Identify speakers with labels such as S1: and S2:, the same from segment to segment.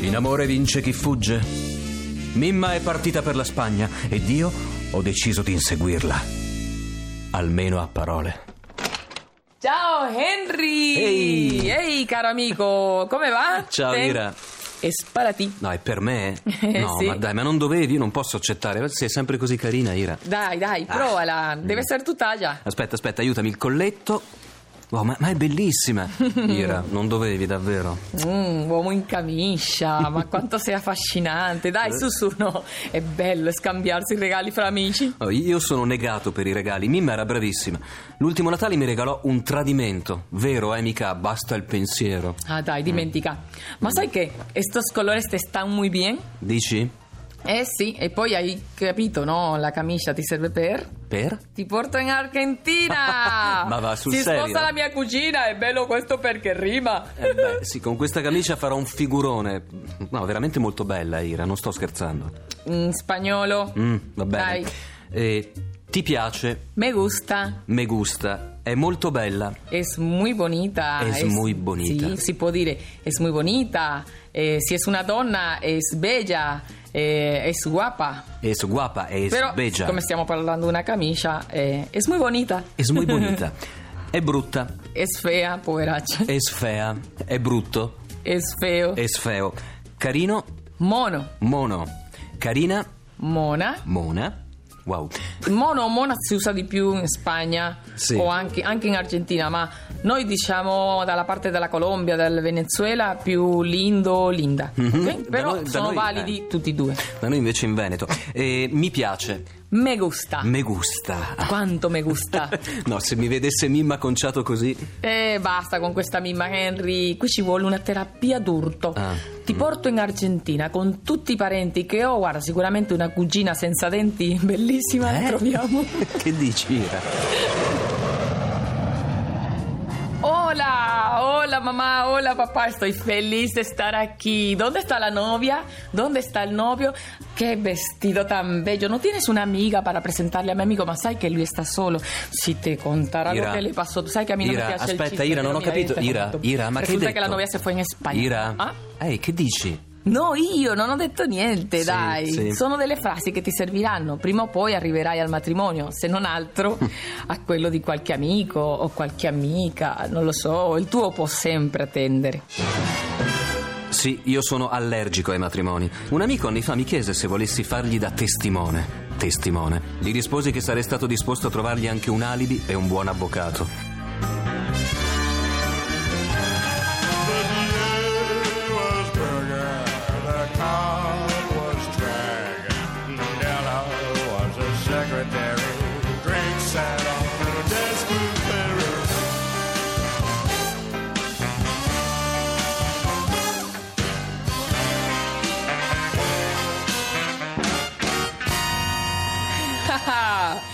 S1: In amore vince chi fugge. Mimma è partita per la Spagna ed io ho deciso di inseguirla. Almeno a parole.
S2: Ciao Henry!
S1: Ehi.
S2: Ehi, caro amico, come va?
S1: Ciao,
S2: Te-
S1: Ira.
S2: E sparati.
S1: No, è per me?
S2: Eh,
S1: No,
S2: sì.
S1: ma dai, ma non dovevi, io non posso accettare. Sei sempre così carina, Ira.
S2: Dai, dai,
S1: Ah.
S2: provala.
S1: Mm.
S2: Deve essere tutta già.
S1: Aspetta, aspetta, aiutami, il colletto. Wow, ma, ma è bellissima. Ira, non dovevi davvero.
S2: Mm, uomo in camicia, ma quanto sei affascinante.
S1: Eh.
S2: Dai, su, su, no. È bello scambiarsi i regali fra amici.
S1: Oh, io sono negato per i regali, Mimma era bravissima. L'ultimo Natale mi regalò un tradimento. Vero, eh, mica basta il pensiero.
S2: Ah, dai, dimentica. Ma sai che estos colores te están muy bien?
S1: Dici?
S2: Eh sì, e poi hai capito, no? La camicia ti serve per...
S1: Per?
S2: Ti porto in Argentina!
S1: Ma va, sul
S2: si
S1: serio?
S2: sposa la mia cugina, è bello questo perché rima!
S1: Eh beh, sì, con questa camicia farò un figurone. No, veramente molto bella, Ira, non sto scherzando.
S2: In spagnolo.
S1: Mm, va bene.
S2: Dai,
S1: Eh, ti piace,
S2: me gusta.
S1: me gusta, è molto bella.
S2: Es muy bonita.
S1: Es muy bonita.
S2: Sì, si può dire es muy bonita. Eh, si es una donna, es bella, eh, es guapa.
S1: Es guapa, es
S2: Però,
S1: bella.
S2: come stiamo parlando di una camicia, eh, es muy bonita.
S1: Es muy bonita. È brutta,
S2: Es fea, poveraccia.
S1: es fea, è brutto,
S2: Es feo.
S1: es feo. Carino,
S2: Mono,
S1: mono. Carina,
S2: mona.
S1: mona. Wow.
S2: Mono o mona si usa di più in Spagna
S1: Sì.
S2: o anche, anche in Argentina, ma noi diciamo dalla parte della Colombia, del Venezuela, più lindo, linda.
S1: Mhm.
S2: Ok?
S1: Da
S2: Però
S1: noi- da
S2: sono
S1: noi,
S2: validi
S1: eh.
S2: tutti e due.
S1: Da noi invece in Veneto. Eh, mi piace,
S2: Me gusta.
S1: me gusta.
S2: Quanto me gusta.
S1: No, se mi vedesse Mimma conciato così.
S2: e basta con questa mimma, Henry. Qui ci vuole una terapia d'urto.
S1: Ah.
S2: Ti porto in Argentina con tutti i parenti che ho. Guarda, sicuramente una cugina senza denti bellissima la
S1: Eh?
S2: troviamo.
S1: Che dici, Ira?
S2: Hola, hola mamá, hola papá, estoy feliz de estar aquí. ¿Dónde está la novia? ¿Dónde está el novio? Qué vestido tan bello. ¿No tienes una amiga para presentarle a mi amigo Masai que lui está solo? Si te contara lo
S1: Ira.
S2: que le pasó, tú sabes que a mí no
S1: Ira,
S2: me piace el
S1: aspetta,
S2: chisme,
S1: Ira, non
S2: pero
S1: ho
S2: mira,
S1: capito.
S2: io te lo
S1: Ira,
S2: conto.
S1: Ira, ma che hai
S2: Risulta
S1: detto?
S2: che la novia se fue in España.
S1: Ira,
S2: Ah?
S1: ehi, che dici?
S2: No, io non ho detto niente,
S1: Sì,
S2: dai.
S1: sì.
S2: Sono delle frasi che ti serviranno. Prima o poi arriverai al matrimonio, se non altro a quello di qualche amico o qualche amica, non lo so, il tuo può sempre attendere.
S1: Sì, io sono allergico ai matrimoni. Un amico anni fa mi chiese se volessi fargli da testimone. Testimone. Gli risposi che sarei stato disposto a trovargli anche un alibi e un buon avvocato.
S3: was burger, the car was drag, Della was a secretary, Drake sat on the desk with Perry.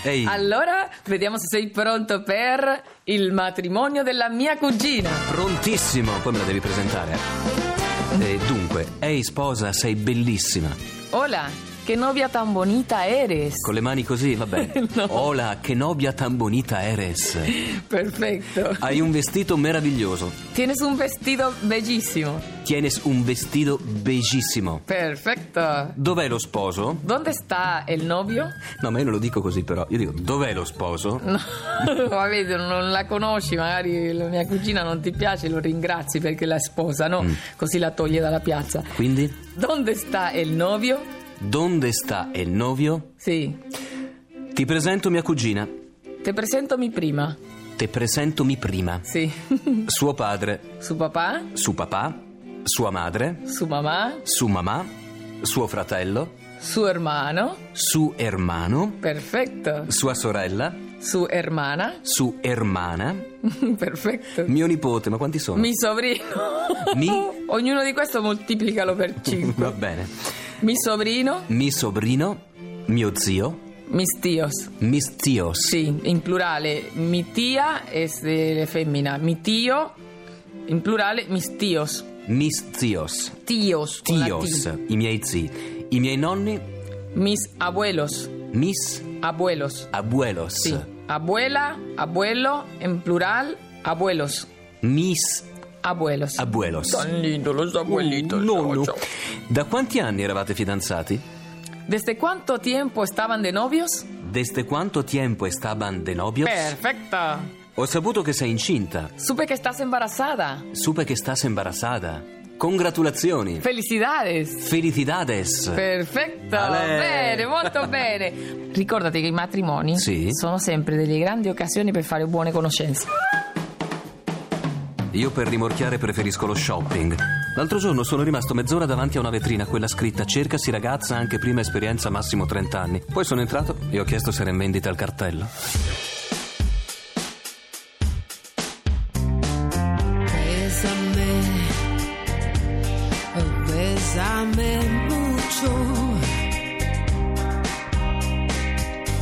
S1: Ehi.
S2: Allora, vediamo se sei pronto per il matrimonio della mia cugina.
S1: Prontissimo, poi me la devi presentare. E dunque, ehi sposa, sei bellissima.
S2: Hola, che novia tan bonita eres.
S1: Con le mani così, va bene.
S2: No.
S1: Hola, che nobia tan bonita eres.
S2: Perfetto.
S1: Hai un vestito meraviglioso.
S2: Tienes un vestido bellissimo.
S1: Tienes un vestito bellissimo.
S2: Perfetto.
S1: Dov'è lo sposo?
S2: ¿Dónde está el novio?
S1: No, ma io non lo dico così però. Io dico, dov'è lo sposo?
S2: No, vabbè, non la conosci, magari la mia cugina non ti piace, lo ringrazi perché la sposa, no? Così la toglie dalla piazza.
S1: Quindi,
S2: Dove sta il novio?
S1: donde sta il novio?
S2: Sì,
S1: Ti presento mia cugina.
S2: te presento mi prima.
S1: Te presento mi prima.
S2: Sì,
S1: Suo padre,
S2: su papà,
S1: suo papà, sua madre,
S2: su mamma,
S1: su mamma, suo fratello,
S2: su hermano.
S1: su hermano,
S2: Perfetto.
S1: sua sorella,
S2: su hermana.
S1: su hermana,
S2: Perfetto.
S1: mio nipote, ma quanti sono?
S2: Mi sovrino.
S1: Mi-
S2: Ognuno di questo moltiplicalo per 5.
S1: Va bene.
S2: Mi sovrino,
S1: Mi sovrino, mio zio,
S2: mis tíos.
S1: mis tíos.
S2: Sì, in plurale eh, mi tia è femmina, mi tio, in plurale mis tios.
S1: Mis tíos.
S2: Tios. con la T.
S1: Tios, i miei zii. I miei nonni,
S2: Mis abuelos,
S1: mis
S2: abuelos.
S1: abuelos.
S2: Sì, abuela, abuelo, in plural, abuelos,
S1: Mis
S2: abuelos.
S1: abuelos.
S2: Tan lindo los abuelitos.
S1: No, no.
S2: ciao, ciao.
S1: Da quanti anni eravate fidanzati?
S2: Desde cuánto tiempo estaban de novios?
S1: Desde quanto tempo estaban de novios?
S2: Perfecta.
S1: Ho saputo che sei incinta.
S2: Supe que estás embarazada.
S1: Supe che stas imbarazzata. Congratulazioni.
S2: Felicidades.
S1: Felicitades.
S2: Perfetto,
S1: Ale.
S2: bene, molto bene. Ricordati che i matrimoni
S1: Sì.
S2: sono sempre delle grandi occasioni per fare buone conoscenze.
S1: Io per rimorchiare preferisco lo shopping. L'altro giorno sono rimasto mezz'ora davanti a una vetrina, quella scritta Cercasi ragazza, anche prima esperienza, massimo 30 anni. Poi sono entrato e ho chiesto se era in vendita il cartello.
S4: Bésame, bésame mucho,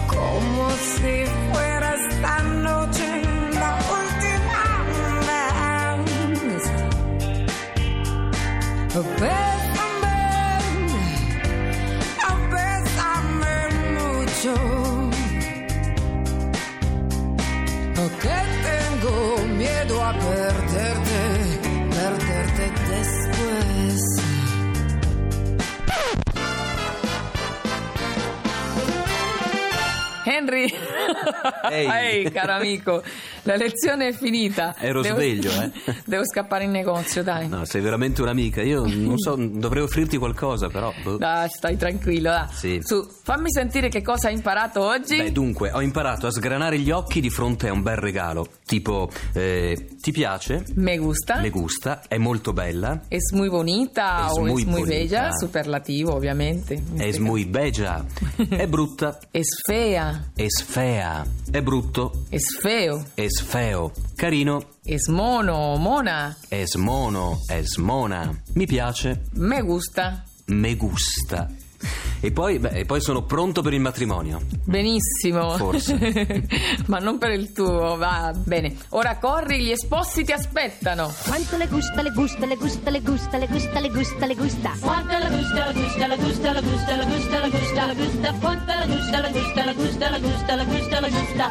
S4: como si fuera esta noche la última vez. Bésame, bésame mucho, que tengo miedo a perderte, perderte después.
S2: Henry,
S1: Ehi.
S2: ehi caro amico, la lezione è finita.
S1: Ero
S2: Devo-
S1: sveglio, eh.
S2: Devo scappare in negozio, dai.
S1: No, sei veramente un'amica. Io non so, dovrei offrirti qualcosa, però. boh.
S2: Dai, stai tranquillo, dai.
S1: Sì.
S2: ah. Su, fammi sentire che cosa hai imparato oggi.
S1: Beh, dunque, ho imparato a sgranare gli occhi di fronte a un bel regalo. Tipo, eh, ti piace?
S2: Me gusta.
S1: Le gusta? È molto bella?
S2: Es muy bonita
S1: Es
S2: o
S1: muy
S2: es muy
S1: bonita.
S2: bella, superlativo ovviamente.
S1: Es muy bella. È brutta?
S2: Es fea,
S1: Es fea. È brutto?
S2: es feo,
S1: Es feo. Carino?
S2: es mono o mona,
S1: Es mono, es mona. Mi piace,
S2: me gusta,
S1: me gusta. E poi, beh, e poi sono pronto per il matrimonio.
S2: benissimo.
S1: Forse.
S2: Ma non per il tuo, va bene. Ora corri, gli esposi ti aspettano.
S5: Quanto le gusta, le gusta, le gusta, le gusta, le gusta, le gusta, le gusta.
S6: Quanta la gusta, la gusta, la gusta, la gusta, la gusta, la gusta, la gusta, quanta la gusta, la gusta, la gusta, la gusta, la gusta, la gusta.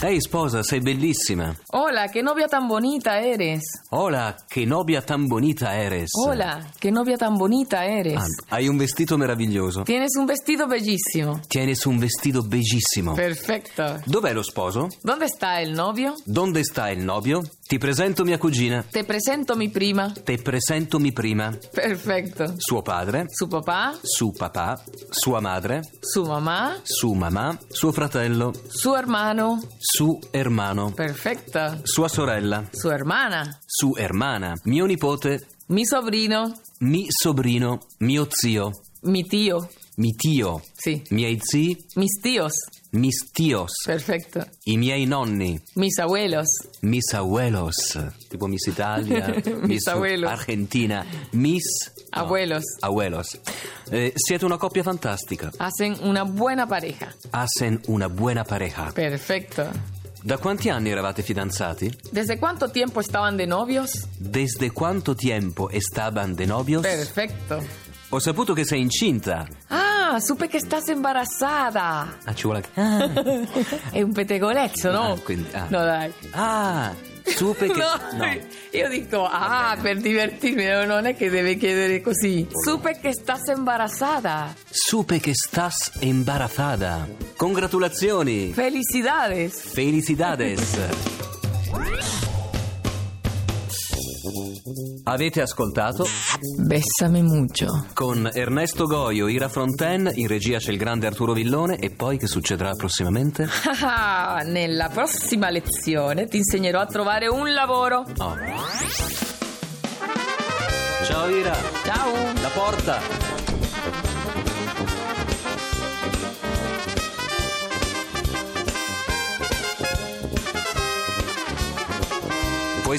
S1: Ehi sposa, sei bellissima.
S2: Hola, qué novia tan bonita eres.
S1: Hola, che nobia tan bonita eres.
S2: Hola, qué novia tan bonita eres.
S1: Ah, hai un vestito meraviglioso.
S2: Tienes un vestido bellísimo.
S1: Tienes un vestito bellissimo.
S2: Perfecto.
S1: Dov'è lo sposo?
S2: ¿Dónde está el novio?
S1: Donde sta il novio? Ti presento mia cugina.
S2: Te presento mi prima.
S1: Te presento mi prima.
S2: Perfecto.
S1: Suo padre,
S2: Su papá,
S1: su papà, sua madre,
S2: su mamá,
S1: su mamma, suo fratello,
S2: su hermano.
S1: su hermano,
S2: Perfecto.
S1: sua sorella.
S2: Su hermana,
S1: su hermana, mio nipote,
S2: mi sobrino,
S1: mi sobrino, mio zio,
S2: mi tío.
S1: mi tio,
S2: Sì.
S1: miei zii,
S2: Mis tíos.
S1: mis tios,
S2: Perfecto.
S1: i miei nonni,
S2: Mis abuelos.
S1: mis abuelos, tipo Miss Italia, Miss
S2: abuelos.
S1: Argentina, Miss no,
S2: Abuelos.
S1: abuelos. Eh, siete una coppia fantastica.
S2: Hacen una buena pareja.
S1: Hacen una buena pareja.
S2: Perfecto.
S1: Da quanti anni eravate fidanzati?
S2: ¿Desde cuánto tiempo estaban de novios?
S1: Desde quanto tempo estaban de novios?
S2: Perfecto.
S1: Ho saputo che sei incinta.
S2: Ah, supe que estás embarazada.
S1: Ah, ci vuole...
S2: È un pettegolezzo, no?
S1: Ah, quindi- ah.
S2: No, dai.
S1: Ah, supe che...
S2: No,
S1: no.
S2: io dico, ah, per divertirmi, no, non è che deve chiedere così. Supe che estás embarazada.
S1: Supe che stas imbarazzata. Congratulazioni!
S2: Felicidades.
S1: Felicidades! Avete ascoltato
S2: Bessame mucho.
S1: con Ernesto Goio, Ira Fronten, in regia c'è il grande Arturo Villone e poi che succederà prossimamente?
S2: Ah, nella prossima lezione ti insegnerò eh, a trovare un lavoro.
S1: No. Ciao Ira,
S2: Ciao.
S1: la porta! Puoi